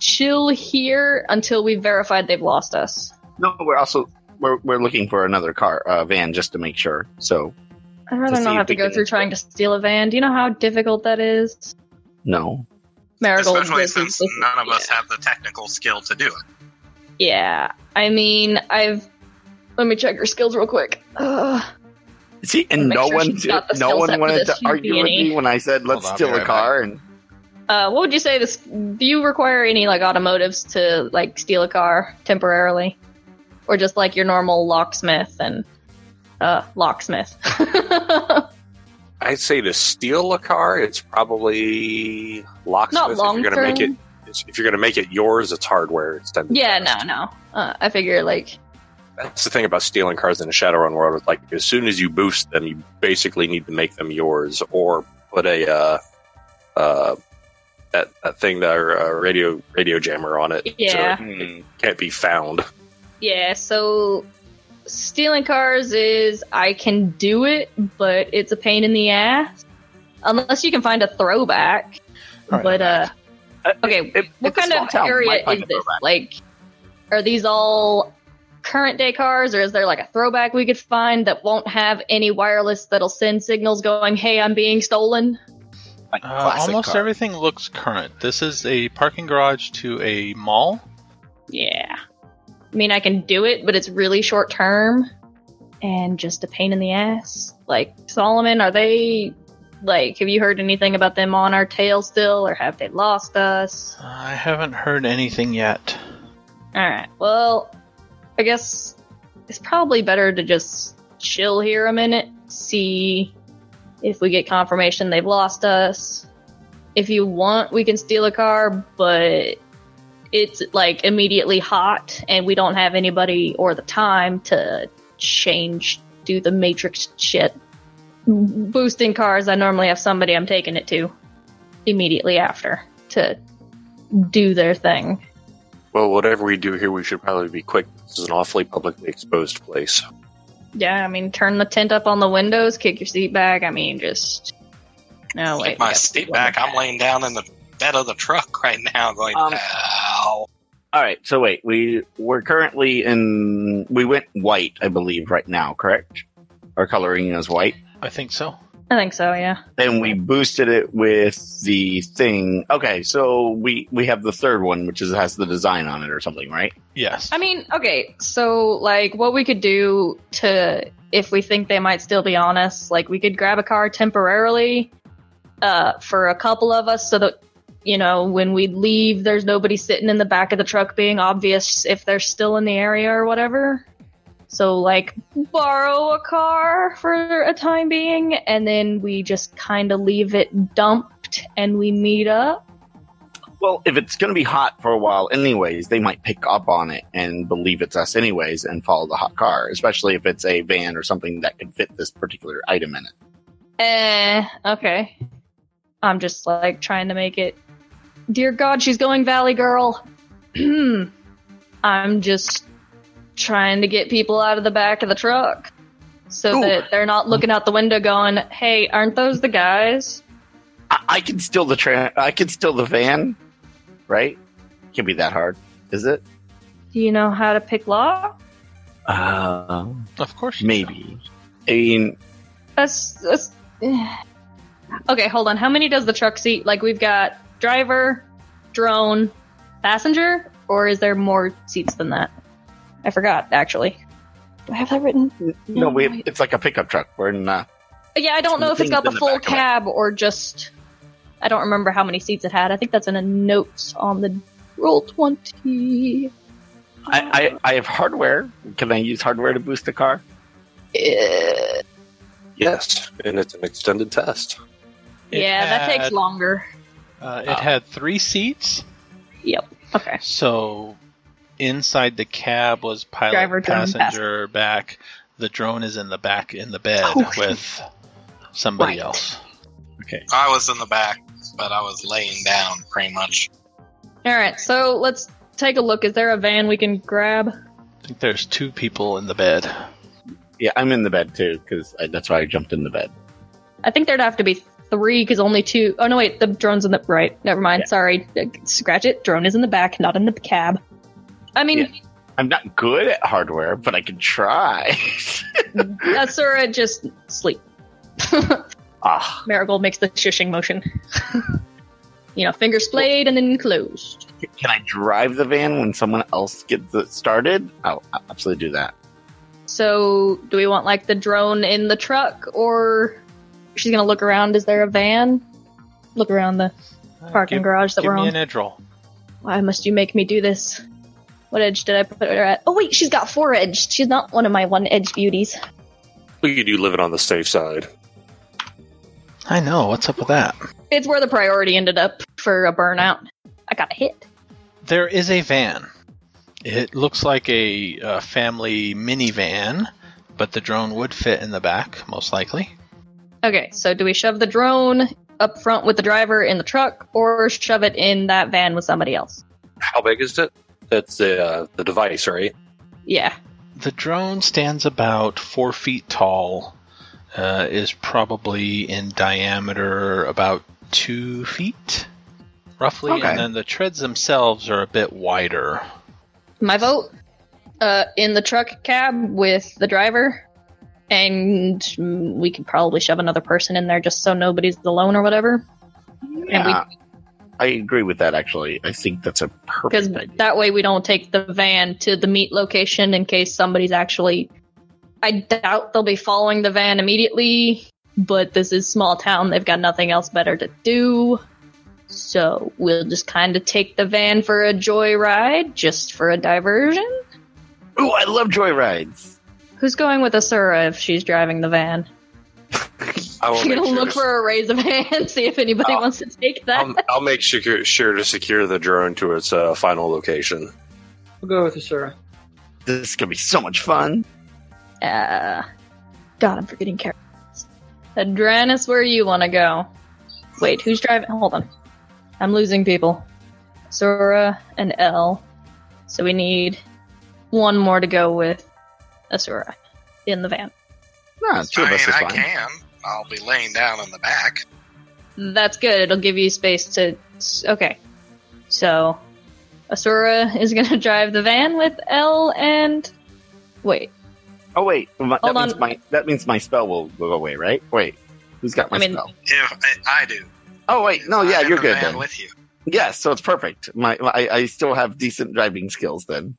S6: chill here until we've verified they've lost us.
S7: No, we're also we're we're looking for another car uh, van just to make sure. So
S6: I'd
S7: To
S6: rather
S7: see
S6: not
S7: if
S6: have to
S7: we
S6: go
S7: can-
S6: through trying to steal a van. Do you know how difficult that is?
S7: no,
S6: Marigold,
S4: Especially
S6: this is-
S4: since none of us have the technical skill to do it.
S6: Yeah, I mean, I've. Let me check her skills real quick. Ugh.
S7: see, and
S6: Make
S7: no
S6: sure
S7: one
S6: she's got the skill
S7: no
S6: set
S7: one
S6: for
S7: wanted to
S6: this
S7: argue with
S6: UBNE.
S7: me when I said
S1: Hold
S7: let's
S1: on, I'll be
S7: steal
S1: right
S7: a
S1: back.
S7: car and
S6: Uh, what would you say this? Do you require any like automotives to like steal a car temporarily, or just like your normal locksmith and uh locksmith?
S5: I'd say to steal a car, it's probably locksmith.
S6: Not long
S5: if you're
S6: term.
S5: gonna make it if you're gonna make it yours, it's hardware. It's done.
S6: yeah, no, no. Uh, I figure like
S5: That's the thing about stealing cars in the Shadowrun world. It's like as soon as you boost them, you basically need to make them yours or put a uh, uh, that, that thing that uh, radio radio jammer on it.
S6: Yeah.
S5: So it can't be found.
S6: yeah. So stealing cars is I can do it, but it's a pain in the ass unless you can find a throwback.
S1: All right,
S6: but uh,
S7: Uh,
S6: okay,
S7: it-
S6: what
S7: it's a
S6: kind
S7: small
S6: of
S7: town. Might
S6: area
S7: find
S6: is
S7: a
S6: this?
S7: throwback.
S6: Like, are these all current day cars, or is there like a throwback we could find that won't have any wireless that'll send signals going, "Hey, I'm being stolen"?
S7: Like
S1: Uh,
S7: classic
S1: almost
S7: car.
S1: everything looks current. This is a parking garage to a mall.
S6: Yeah, I mean, I can do it, but it's really short term and just a pain in the ass. Like Solomon, are they? Like, have you heard anything about them on our tail still, or have they lost us?
S1: I haven't heard anything yet.
S6: All right. Well, I guess it's probably better to just chill here a minute, see if we get confirmation they've lost us. If you want, we can steal a car, but it's like immediately hot and we don't have anybody or the time to change do the matrix shit. Boosting cars, I normally have somebody I'm taking it to immediately after to do their thing.
S5: Well, whatever we do here, we should probably be quick. This is an awfully publicly exposed place.
S6: Yeah, I mean, turn the tent up on the windows, kick your seat back. I mean, just
S4: Take
S6: no. Oh, Wait,
S4: my
S6: we got
S4: seat
S6: one
S4: back.
S6: more.
S4: I'm laying down in the bed of the truck right now going,
S7: Um,
S4: ow.
S7: All right, so wait, we we're currently in we went white, I believe, right now, correct? Our coloring is white.
S1: I think so.
S6: I think so, yeah.
S7: Then we boosted it with the thing. Okay, so we we have the third one, which is has the design on it or something, right?
S1: Yes.
S6: I mean, okay, so like what we could do to if we think they might still be on us, like we could grab a car temporarily uh for a couple of us so that you know, when we leave there's nobody sitting in the back of the truck being obvious if they're still in the area or whatever. So like borrow a car for a time being and then we just kind of leave it dumped and we meet up.
S7: Well, if it's going to be hot for a while, anyways, they might pick up on it and believe it's us, anyways, and follow the hot car. Especially if it's a van or something that could fit this particular item in it.
S6: Eh, okay. I'm just like trying to make it. Dear God, she's going Valley Girl. I'm just trying to get people out of the back of the truck so
S7: Ooh.
S6: that they're not looking out the window going, hey, aren't those the guys?
S7: I, I can steal the tra- I can steal the van, right? Can't be that hard, is it?
S6: Do you know how to pick lock?
S7: Uh,
S1: of course. you
S7: maybe. I mean,
S6: That's, that's okay. Hold on. How many does the truck seat? Like we've got driver, drone, passenger, or is there more seats than that? I forgot actually. Do I have that written?
S7: no, we
S6: wait.
S7: it's like a pickup truck. We're in. Uh,
S6: Yeah, I don't know if it's
S7: Things
S6: got the
S7: in the
S6: full
S7: back of it.
S6: cab or just. I don't remember how many seats it had. I think that's in a notes on the roll twenty. Uh,
S7: I, I I have hardware. Can I use hardware to boost the car?
S6: Eh,
S5: Yes, and it's an extended test.
S1: It
S6: yeah, that takes
S1: had-
S6: longer.
S1: Uh, it had three seats,
S6: Okay.
S1: so inside the cab was pilot,
S6: Driver, drone,
S1: passenger, back. The drone is in the back in the bed
S6: Okay.
S1: with somebody
S6: Right.
S1: else.
S7: Okay.
S4: I was in the back, but I was laying down pretty much.
S6: All right. So let's take a look. Is there a van we can grab?
S1: I think there's two people in the bed. Uh,
S7: Yeah, I'm in the bed too because that's why I jumped in the bed.
S6: I think there'd have to be three because only two oh no, wait, the drone's in the right. Never mind.
S7: Yeah.
S6: Sorry, scratch it. Drone is in the back, not in the cab. I mean,
S7: I'm not good at hardware, but I can try.
S6: Asura uh, just sleep.
S7: ah,
S6: Marigold makes the shushing motion. you know, fingers splayed and then closed.
S7: can I drive the van when someone else gets it started? I'll I'll absolutely do that.
S6: So, do we want like the drone in the truck, or she's gonna look around? Is there a van? Look around the
S1: Uh,
S6: parking
S1: give,
S6: garage that
S1: give
S6: we're
S1: me
S6: on.
S1: an edge roll.
S6: Why must you make me do this? What edge did I put her at? Oh wait, she's got four edge. She's not one of my one edge beauties.
S5: We do live it on the safe side.
S1: I know. What's up with that?
S6: It's where the priority ended up for a burnout. I got a hit.
S1: There is a van. It looks like a, uh family minivan, but the drone would fit in the back, most likely.
S6: Okay, so do we shove the drone up front with the driver in the truck, or shove it in that van with somebody else?
S5: How big is it? That's the uh, the device, right?
S6: Yeah.
S1: The drone stands about four feet tall, uh, is probably in diameter about two feet, roughly,
S7: Okay.
S1: and then the treads themselves are a bit wider.
S6: My vote uh, in the truck cab with the driver, and mm, we could probably shove another person in there just so nobody's alone or whatever. And we
S7: Yeah, I agree with that. Actually, I think that's a
S6: because
S7: perfect idea.
S6: that way we don't take the van to the meet location in case somebody's actually i doubt they'll be following the van immediately but this is small town they've got nothing else better to do so we'll just kind of take the van for a joyride just for a diversion
S7: Ooh, I love joyrides.
S6: who's going with asura if she's driving the van
S5: I will
S6: i'm gonna
S5: Oh, make sure
S6: look
S5: to- Oh,
S6: for a raise of hands see if anybody
S5: I'll-
S6: wants to take that
S5: I'll, I'll make sure, sure to secure the drone to its uh, final location.
S2: We'll go with Asura.
S7: This is gonna be so much fun.
S6: uh, God, I'm forgetting characters. Adranus, where you want to go? Wait, who's driving? Hold on. I'm losing people. Sora and L. So we need one more to go with Asura in the van.
S7: No, two
S4: I
S7: of
S4: mean,
S7: us is
S4: I
S7: fine.
S4: can. I'll be laying down in the back.
S6: That's good. It'll give you space to. Okay. So Asura is going to drive the van with L and. Wait.
S7: Oh wait, my, that
S6: Hold
S7: means
S6: on.
S7: my that means my spell will go away, right? Wait, Who's got my
S6: I mean-
S7: spell?
S4: Yeah, I, I do.
S7: Oh wait, no,
S4: I
S7: yeah,
S4: am
S7: you're
S4: the
S7: good
S4: man
S7: then.
S4: with you.
S7: Yes, so it's perfect. My, my I, I still have decent driving skills then.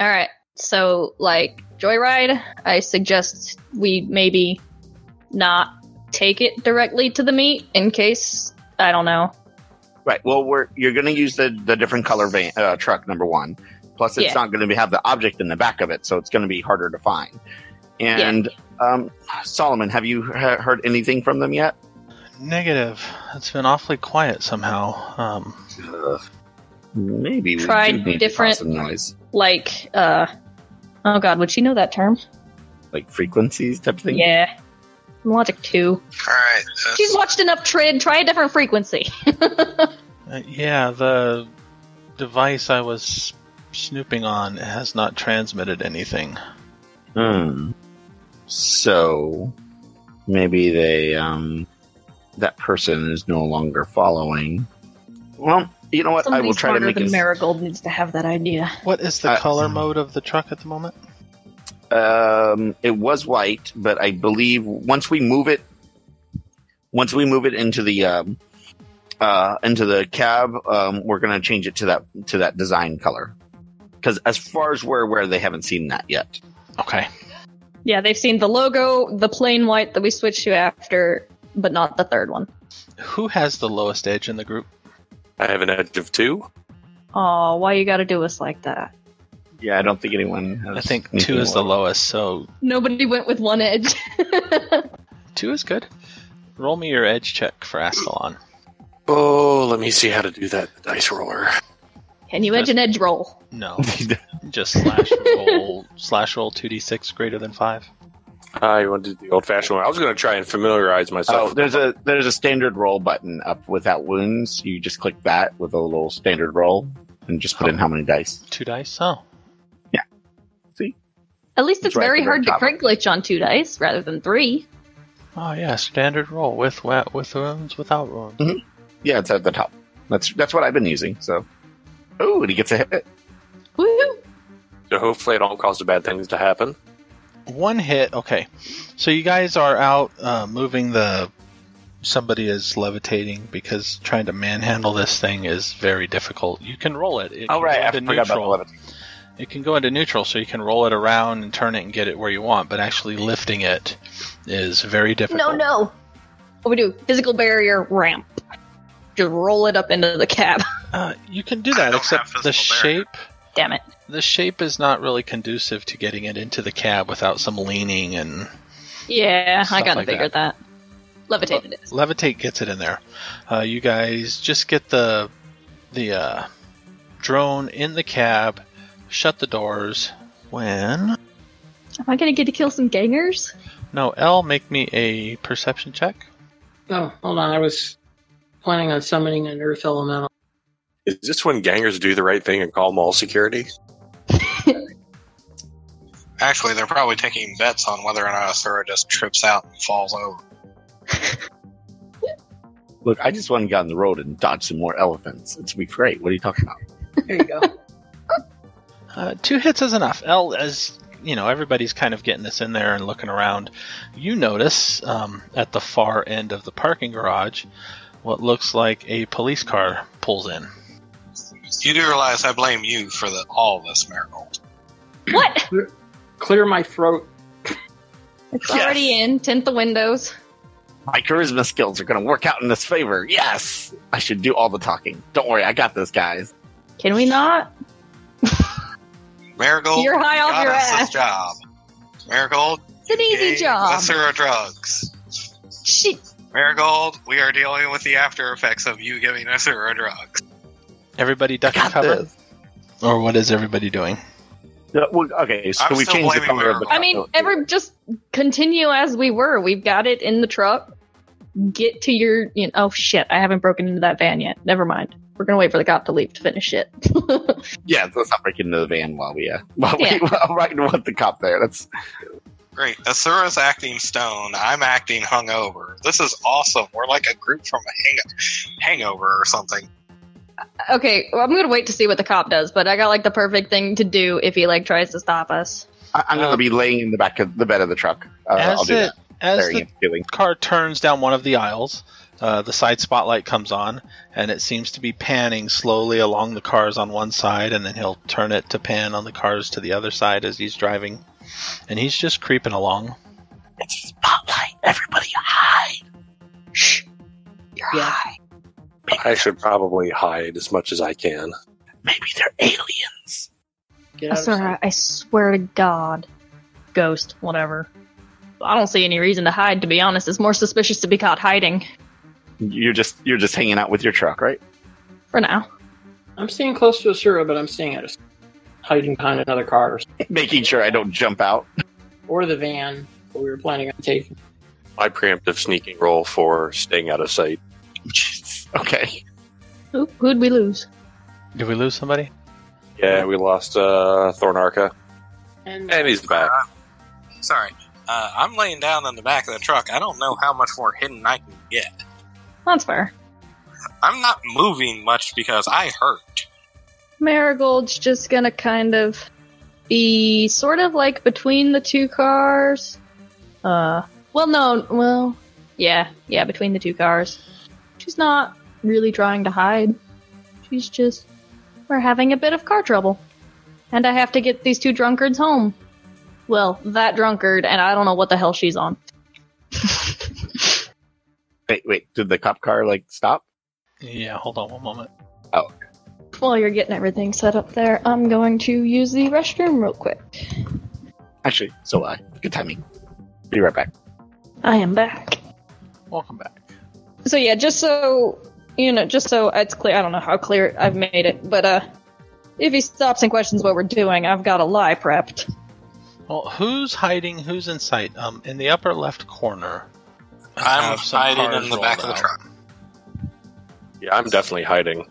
S6: All right. So, like Joyride, I suggest we maybe not take it directly to the meat in case I don't know.
S7: Right. Well, we're you're going to use the the different color van, uh, truck number one. Plus, it's
S6: Yeah.
S7: not going to have the object in the back of it, so it's going to be harder to find. And um, Solomon, have you he- heard anything from them yet?
S1: Negative. It's been awfully quiet somehow. Um,
S5: Uh,
S7: Maybe we
S6: Try
S7: do need to
S6: different-
S7: cause some noise,
S6: Like, uh, oh god, would she know that term?
S7: like frequencies type thing.
S6: Yeah. Logic two.
S4: All right. that's-
S6: She's watched enough Trid. Try a different frequency.
S1: uh, yeah, the device I was snooping on has not transmitted anything.
S7: Hmm. So maybe they um that person is no longer following. Well, you know what? I will try to make
S6: than
S7: it.
S6: Marigold needs to have that idea.
S1: What is the
S7: Uh,
S1: color mode of the truck at the moment?
S7: um, it was white, but I believe once we move it, once we move it into the um, uh, into the cab, um, we're gonna change it to that to that design color. Because as far as we're aware, they haven't seen that yet.
S1: Okay.
S6: Yeah, they've seen the logo, the plain white that we switched to after, but not the third one.
S1: Who has the lowest edge in the group?
S5: I have an edge of two.
S6: Oh, why you gotta do us like that?
S7: Yeah, I don't think anyone. Has
S1: I think two is the lowest, so
S6: Nobody went with one edge.
S1: two is good. Roll me your edge check for Ascalon.
S5: Oh, let me see how to do that. The dice roller.
S6: Can you edge an edge roll?
S1: No, just slash roll slash roll two d six greater than five.
S5: I wanted the old-fashioned one. I was going to try and familiarize
S7: Oh,
S5: myself.
S7: there's a there's a standard roll button up without wounds. You just click that with a little standard roll and just put in how many dice.
S1: Two dice. Oh,
S6: At least it's
S7: It's right at
S6: very
S7: the very
S6: hard to
S7: top.
S6: crit glitch on two dice rather than three.
S1: oh yeah, standard roll with wa- with wounds, without wounds.
S7: Yeah, it's at the top. That's that's what I've been using. So, oh, and he gets a hit.
S6: Woo!
S5: So hopefully, it don't cause the bad things to happen.
S1: One hit. Okay, so you guys are out uh, moving the. Somebody is levitating because trying to manhandle this thing is very difficult. You can roll it. it
S7: Oh
S1: can
S7: right,
S1: go
S7: I
S1: into
S7: forgot about the
S1: neutral.
S7: levitation.
S1: It can go into neutral, so you can roll it around and turn it and get it where you want. But actually lifting it is very difficult.
S6: No, no. What we do? Physical barrier ramp. Just roll it up into the cab.
S1: Uh, you can do
S4: I
S1: that,
S4: don't
S1: except
S4: have
S1: the
S4: physical barrier.
S1: shape.
S6: Damn it.
S1: The shape is not really conducive to getting it into the cab without some leaning and
S6: Yeah,
S1: Stuff
S6: I gotta
S1: like
S6: figure that. Levitated it. is.
S1: levitate gets it in there. Uh, you guys just get the the uh, drone in the cab, shut the doors. When
S6: Am I gonna get to kill some gangers?
S1: no, L, make me a perception check.
S2: Oh, hold on. I was planning on summoning an earth elemental.
S5: Is this when gangers do the right thing and call mall security?
S4: Actually, they're probably taking bets on whether or not Asura just trips out and falls over.
S7: Look, I just want to get on the road and dodge some more elephants. It's gonna be great. What are you talking about?
S2: There you go.
S1: Uh, two hits is enough. L, as you know, everybody's kind of getting this in there and looking around. You notice um, at the far end of the parking garage what looks like a police car pulls in.
S4: You do realize I blame you for the, all this, Marigold.
S6: What?
S2: Clear my throat.
S6: It's
S7: Yes.
S6: already in. Tint the windows.
S7: My charisma skills are gonna work out in this favor. Yes, I should do all the talking. Don't worry, I got this, guys.
S6: Can we not?
S4: Marigold
S6: You're high off
S4: got
S6: your
S4: us
S6: ass.
S4: this job. Marigold
S6: It's an easy
S4: gave
S6: job.
S4: Asura drugs.
S6: Shit.
S4: Marigold, we are dealing with the after effects of you giving Asura drugs.
S1: Everybody duck and
S7: Got
S1: cover,
S7: this.
S1: or what is everybody doing?
S7: Yeah, well, okay, so
S4: I'm
S7: we
S4: still
S7: changed the
S4: blaming
S7: color of
S4: Merrill.
S7: the.
S6: I mean, ever just continue as we were. We've got it in the truck. Get to your. You know, oh shit! I haven't broken into that van yet. Never mind. We're gonna wait for the cop to leave to finish it.
S7: yeah, let's not break into the van while we uh, while
S6: Yeah.
S7: we while riding with the cop there. That's
S4: Great. Asura's acting stoned. I'm acting hungover. This is awesome. We're like a group from a hang- hangover or something.
S6: okay, well, I'm gonna wait to see what the cop does. But I got like the perfect thing to do if he like tries to stop us.
S7: I, I'm
S1: Uh,
S7: gonna be laying in the back of the bed of the truck. Uh, I'll
S1: as
S7: do
S1: it
S7: that.
S1: As
S7: Very
S1: the
S7: appealing.
S1: car turns down one of the aisles, uh, the side spotlight comes on, and it seems to be panning slowly along the cars on one side, and then he'll turn it to pan on the cars to the other side as he's driving. And he's just creeping along.
S7: It's a spotlight. Everybody hide.
S6: Shh. You're
S2: Yeah.
S6: high.
S5: I should probably hide as much as I can.
S7: Maybe they're aliens.
S2: Get
S6: I
S2: out of sight.
S6: swear, I swear to God. Ghost, whatever. I don't see any reason to hide, to be honest. It's more suspicious to be caught hiding
S7: You're just you're just hanging out with your truck, right?
S6: for now.
S2: I'm staying close to Asura, but I'm staying at a hiding behind another car or,
S7: Making sure I don't jump out.
S2: or the van that we were planning on taking.
S5: My preemptive sneaking roll for staying out of sight.
S7: Jeez. Okay.
S6: Who, who'd we lose?
S1: Did we lose somebody?
S5: Yeah, we lost uh, Thornarka.
S2: And
S5: And he's back.
S4: Sorry. Uh, I'm laying down in the back of the truck. I don't know how much more hidden I can get.
S6: That's fair.
S4: I'm not moving much because I hurt.
S6: Marigold's just gonna kind of be sort of like between the two cars. Uh, well, no, well, yeah, yeah, between the two cars. She's not really trying to hide. She's just, we're having a bit of car trouble. And I have to get these two drunkards home. Well, that drunkard, and I don't know what the hell she's on.
S7: Wait, wait. Did the cop car like stop?
S1: Yeah, hold on one moment.
S6: While you're getting everything set up there, I'm going to use the restroom real quick.
S7: Actually, so I. Good timing. Be right back.
S6: I am back.
S1: Welcome back.
S6: so yeah just so you know just so it's clear i don't know how clear i've made it but uh if he stops and questions what we're doing i've got a lie prepped
S1: Well, who's hiding? Who's in sight? Um, in the upper left corner. I
S4: I'm
S1: have some
S4: hiding
S1: cars
S4: in the back of
S1: rolled
S4: the
S1: out.
S4: truck.
S5: Yeah, I'm definitely hiding.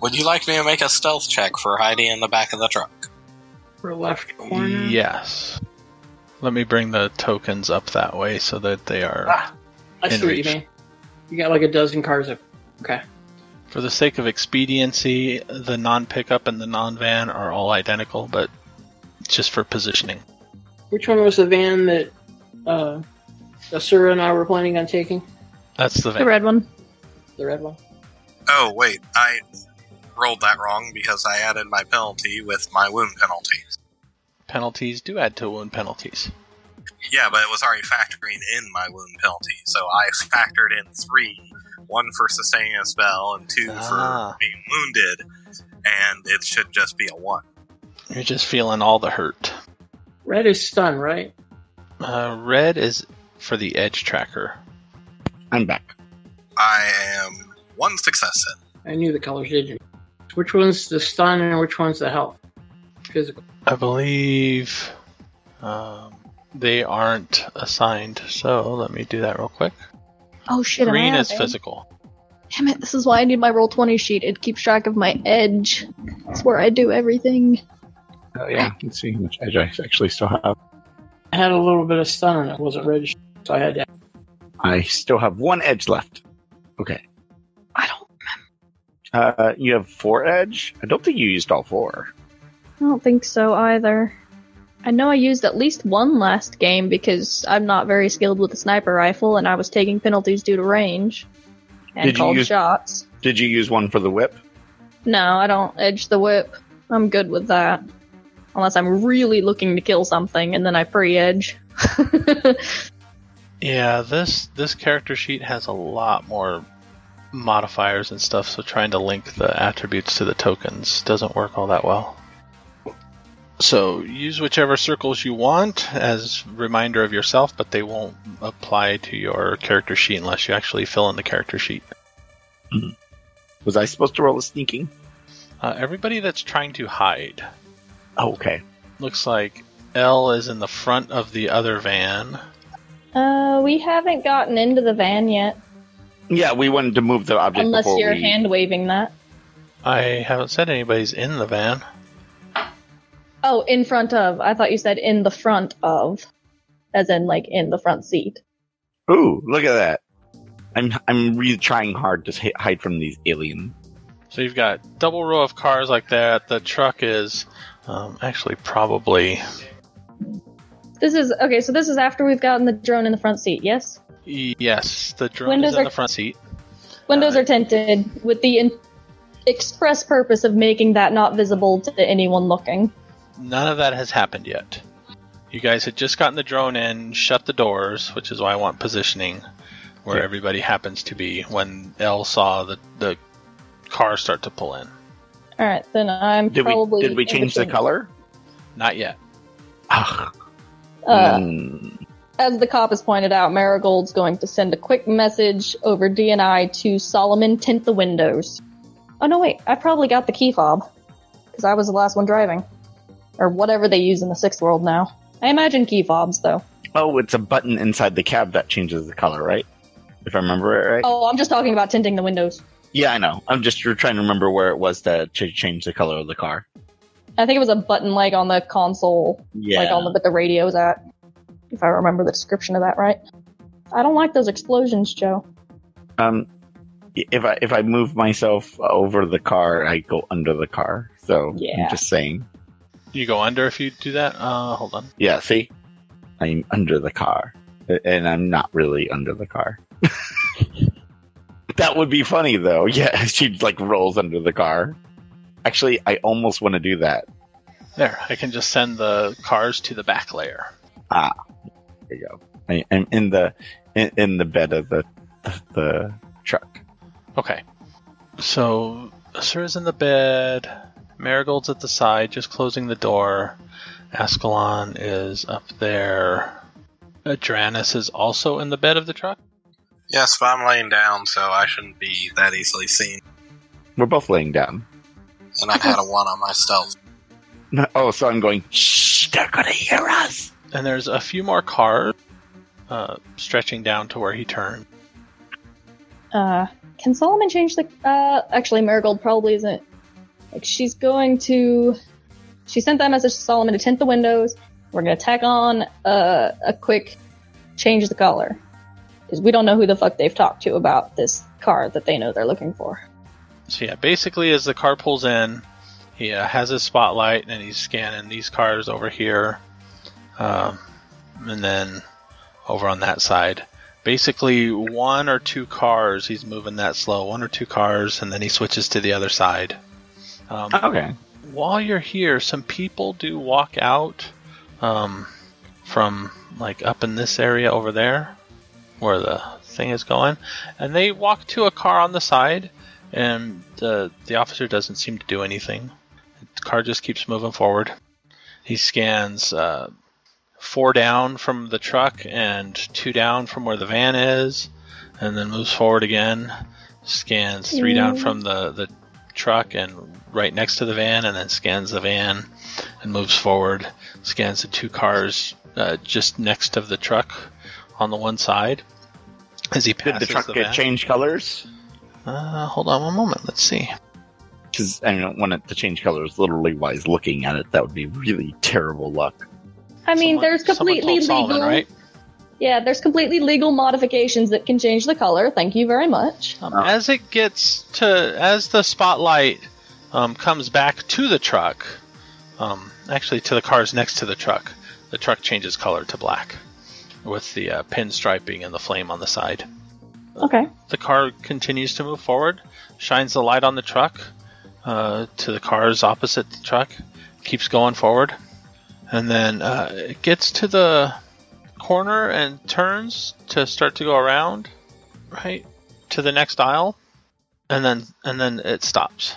S4: Would you like me to make a stealth check for hiding in the back of the truck?
S2: for left corner.
S1: Yes. Let me bring the tokens up that way so that they are.
S2: Ah, I
S1: In
S2: see what you
S1: reach.
S2: mean. You got like a dozen cars up. Okay.
S1: For the sake of expediency, the non pickup and the non van are all identical, but just for positioning.
S2: Which one was the van that uh, Asura and I were planning on taking?
S1: That's the
S6: the
S1: van.
S6: red one
S2: The red one.
S4: Oh, wait. I rolled that wrong because I added my penalty with my wound penalty.
S1: Penalties do add to wound penalties.
S4: Yeah, but it was already factoring in my wound penalty, so I factored in three: one for sustaining a spell, and two
S1: Ah.
S4: for being wounded. And it should just be a one.
S1: You're just feeling all the hurt.
S2: Red is stun, right?
S1: Uh, red is for the edge tracker.
S7: I'm back.
S4: I am one success in.
S2: I knew the colors didn't. Which one's the stun and which one's the health? Physical.
S1: I believe um, they aren't assigned, so let me do that real quick.
S6: oh shit am I
S1: Green
S6: out of
S1: is
S6: it?
S1: physical.
S6: damn it this is why i need my roll 20 sheet it keeps track of my edge it's where i do everything
S7: Oh yeah. Let's see how much edge I actually still have.
S2: I had a little bit of stun and it wasn't registered, so I had to.
S7: I still have one edge left.
S6: i don't
S7: Uh, you have four edge. I don't think you used all four.
S6: i don't think so either i know i used at least one last game because i'm not very skilled with the sniper rifle and i was taking penalties due to range and
S7: Did you
S6: called
S7: use-
S6: shots
S7: Did you use one for the whip?
S6: No, I don't edge the whip. I'm good with that. Unless I'm really looking to kill something and then I pre edge.
S1: Yeah, this this character sheet has a lot more modifiers and stuff, so trying to link the attributes to the tokens doesn't work all that well. So use whichever circles you want as reminder of yourself, but they won't apply to your character sheet unless you actually fill in the character sheet.
S7: Was I supposed to roll a sneaking?
S1: Uh, everybody that's trying to hide
S7: Oh, okay.
S1: looks like L is in the front of the other van.
S6: uh, we haven't gotten into the van yet.
S7: Yeah, we wanted to move the object
S6: Unless
S7: before
S6: you're
S7: we-
S6: hand waving that.
S1: I haven't said anybody's in the van.
S6: Oh, in front of. I thought you said in the front of. As in, like, in the front seat.
S7: Ooh, look at that! I'm I'm really trying hard to hi- hide from these aliens.
S1: So you've got double row of cars like that. The truck is um, actually probably
S6: This is okay. So this is after we've gotten the drone in the front seat. Yes.
S1: Yes, the drone
S6: Windows
S1: is in
S6: are-
S1: the front seat.
S6: Windows
S1: Uh,
S6: are tinted with the in- express purpose of making that not visible to anyone looking.
S1: None of that has happened yet. You guys had just gotten the drone in, shut the doors, which is why I want positioning where
S7: Yeah.
S1: everybody happens to be when L saw the, the car start to pull in.
S6: All right, then I'm
S7: Did
S6: probably.
S7: we did we
S6: in
S7: change the
S6: between.
S7: color?
S1: Not yet.
S7: Ah,
S6: Uh,
S7: mm.
S6: As the cop has pointed out, Marigold's going to send a quick message over DNI to Solomon. Tint the windows. Oh no, wait! I probably got the key fob because I was the last one driving, or whatever they use in the sixth world now. I imagine key fobs though.
S7: Oh, it's a button inside the cab that changes the color, right? If I remember it right.
S6: Oh, I'm just talking about tinting the windows.
S7: Yeah, I know. I'm just trying to remember where it was to ch- change the color of the car.
S6: I think it was a button like on the console
S7: Yeah.
S6: like on the bit the radio's at. If I remember the description of that right. I don't like those explosions, Joe.
S7: um, if I if I move myself over the car, I go under the car. So
S6: Yeah.
S7: I'm just saying.
S1: You go under if you do that. Uh, hold on.
S7: Yeah. See, I'm under the car, A- and I'm not really under the car. that would be funny though. Yeah, she like rolls under the car. Actually, I almost want to do that.
S1: There, I can just send the cars to the back layer.
S7: There you go. I, I'm in the in, in the bed of the the, the truck.
S1: Okay. So, Asura's in the bed. Marigold's at the side, just closing the door. Ascalon is up there. Adranus is also in the bed of the truck.
S4: Yes, but I'm laying down, so I shouldn't be that easily seen.
S7: We're both laying down.
S4: And I had a one on my stealth.
S7: No- Oh, so I'm going. Shh! They're gonna hear us.
S1: And there's a few more cars uh, stretching down to where he turned.
S6: Uh, can Solomon change the? Uh, actually, Marigold probably isn't. Like she's going to. She sent that message to Solomon to tint the windows. We're gonna tack on uh, a quick change the color, because we don't know who the fuck they've talked to about this car that they know they're looking for.
S1: So, yeah, basically, as the car pulls in, he uh, has his spotlight and he's scanning these cars over here. Um, and then over on that side. Basically, one or two cars, he's moving that slow, one or two cars, and then he switches to the other side. Um,
S7: Okay.
S1: while you're here, some people do walk out um, from like up in this area over there where the thing is going, and they walk to a car on the side, and the the officer doesn't seem to do anything. The car just keeps moving forward. He scans uh, four down from the truck and two down from where the van is, and then moves forward again. Scans three down from the, the truck and right next to the van, and then scans the van and moves forward. Scans the two cars uh, just next of the truck on the one side. As he
S7: Did
S1: passes
S7: the truck
S1: van.
S7: get change colors?
S1: Uh, hold on one moment. Let's see.
S7: Because I don't want it to change colors. Literally, while he's looking at it, that would be really terrible luck.
S6: I mean,
S1: Someone-
S6: there's
S1: someone
S6: completely
S1: told Solomon,
S6: legal.
S1: right?
S6: Yeah, there's completely legal modifications that can change the color. Thank you very much.
S1: Um,
S7: Oh.
S1: As it gets to, as the spotlight um, comes back to the truck, um, actually to the cars next to the truck, the truck changes color to black with the uh, pinstriping and the flame on the side. Uh-huh.
S6: Okay.
S1: The car continues to move forward, shines the light on the truck uh, to the cars opposite the truck, keeps going forward, and then uh, it gets to the corner and turns to start to go around, right to the next aisle, and then and then it stops.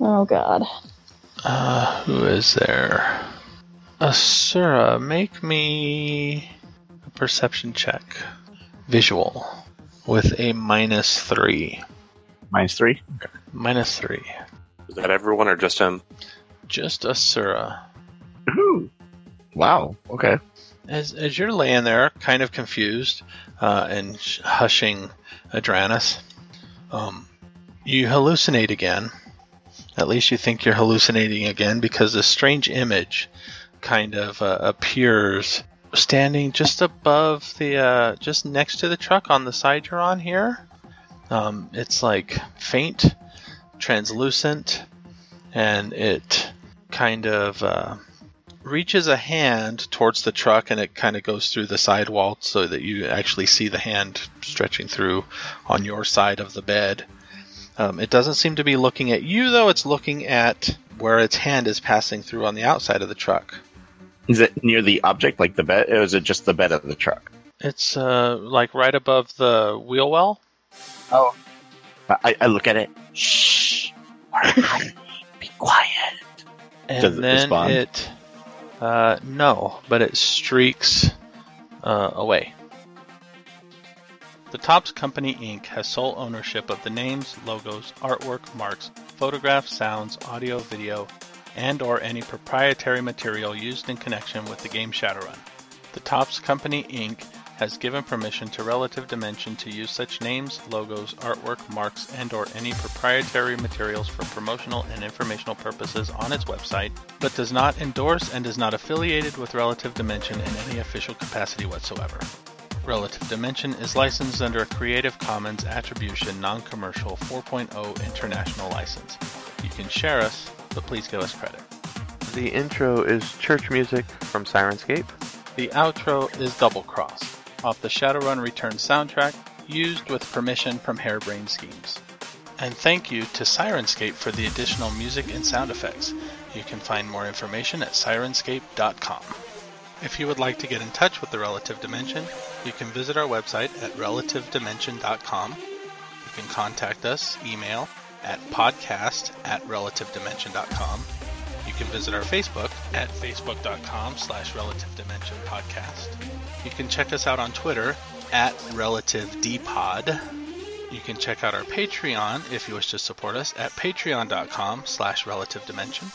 S6: Oh God.
S1: Uh, who is there? Asura, make me a perception check, visual, with a minus three.
S7: Minus three.
S1: Minus three.
S5: Is that everyone or just him?
S1: Just Asura.
S7: Ooh. Wow. Okay.
S1: As, as you're laying there, kind of confused uh, and sh- hushing Adranus, um, you hallucinate again. At least you think you're hallucinating again because this strange image kind of uh, appears standing just above the, uh, just next to the truck on the side you're on here. Um, it's like faint, translucent, and it kind of. Uh, reaches a hand towards the truck and it kind of goes through the sidewall so that you actually see the hand stretching through on your side of the bed. Um, it doesn't seem to be looking at you though, it's looking at where its hand is passing through on the outside of the truck.
S7: Is it near the object, like the bed, or is it just the bed of the truck?
S1: It's uh, like right above the wheel well.
S7: Oh. I, I look at it. Shh. We're hiding. Be quiet.
S1: And
S7: Does it
S1: then
S7: respond?
S1: it. Uh, no, but it streaks uh, away. The Tops Company Inc. has sole ownership of the names, logos, artwork, marks, photographs, sounds, audio, video, and or any proprietary material used in connection with the game Shadowrun. The Tops Company Inc. has given permission to Relative Dimension to use such names, logos, artwork, marks, and or any proprietary materials for promotional and informational purposes on its website, but does not endorse and is not affiliated with Relative Dimension in any official capacity whatsoever. Relative Dimension is licensed under a Creative Commons Attribution Non-Commercial 4.0 International License. You can share us, but please give us credit.
S8: The intro is church music from Sirenscape.
S1: The outro is Double Cross, off the Shadowrun Return soundtrack, used with permission from Harebrained Schemes. And thank you to Sirenscape for the additional music and sound effects. You can find more information at sirenscape.com. If you would like to get in touch with the Relative Dimension, you can visit our website at relativedimension.com. You can contact us, email at podcast at relativedimension.com. You can visit our Facebook at facebook.com slash relative dimension podcast. You can check us out on Twitter at relative dpod. You can check out our Patreon if you wish to support us at patreon.com slash relative dimension.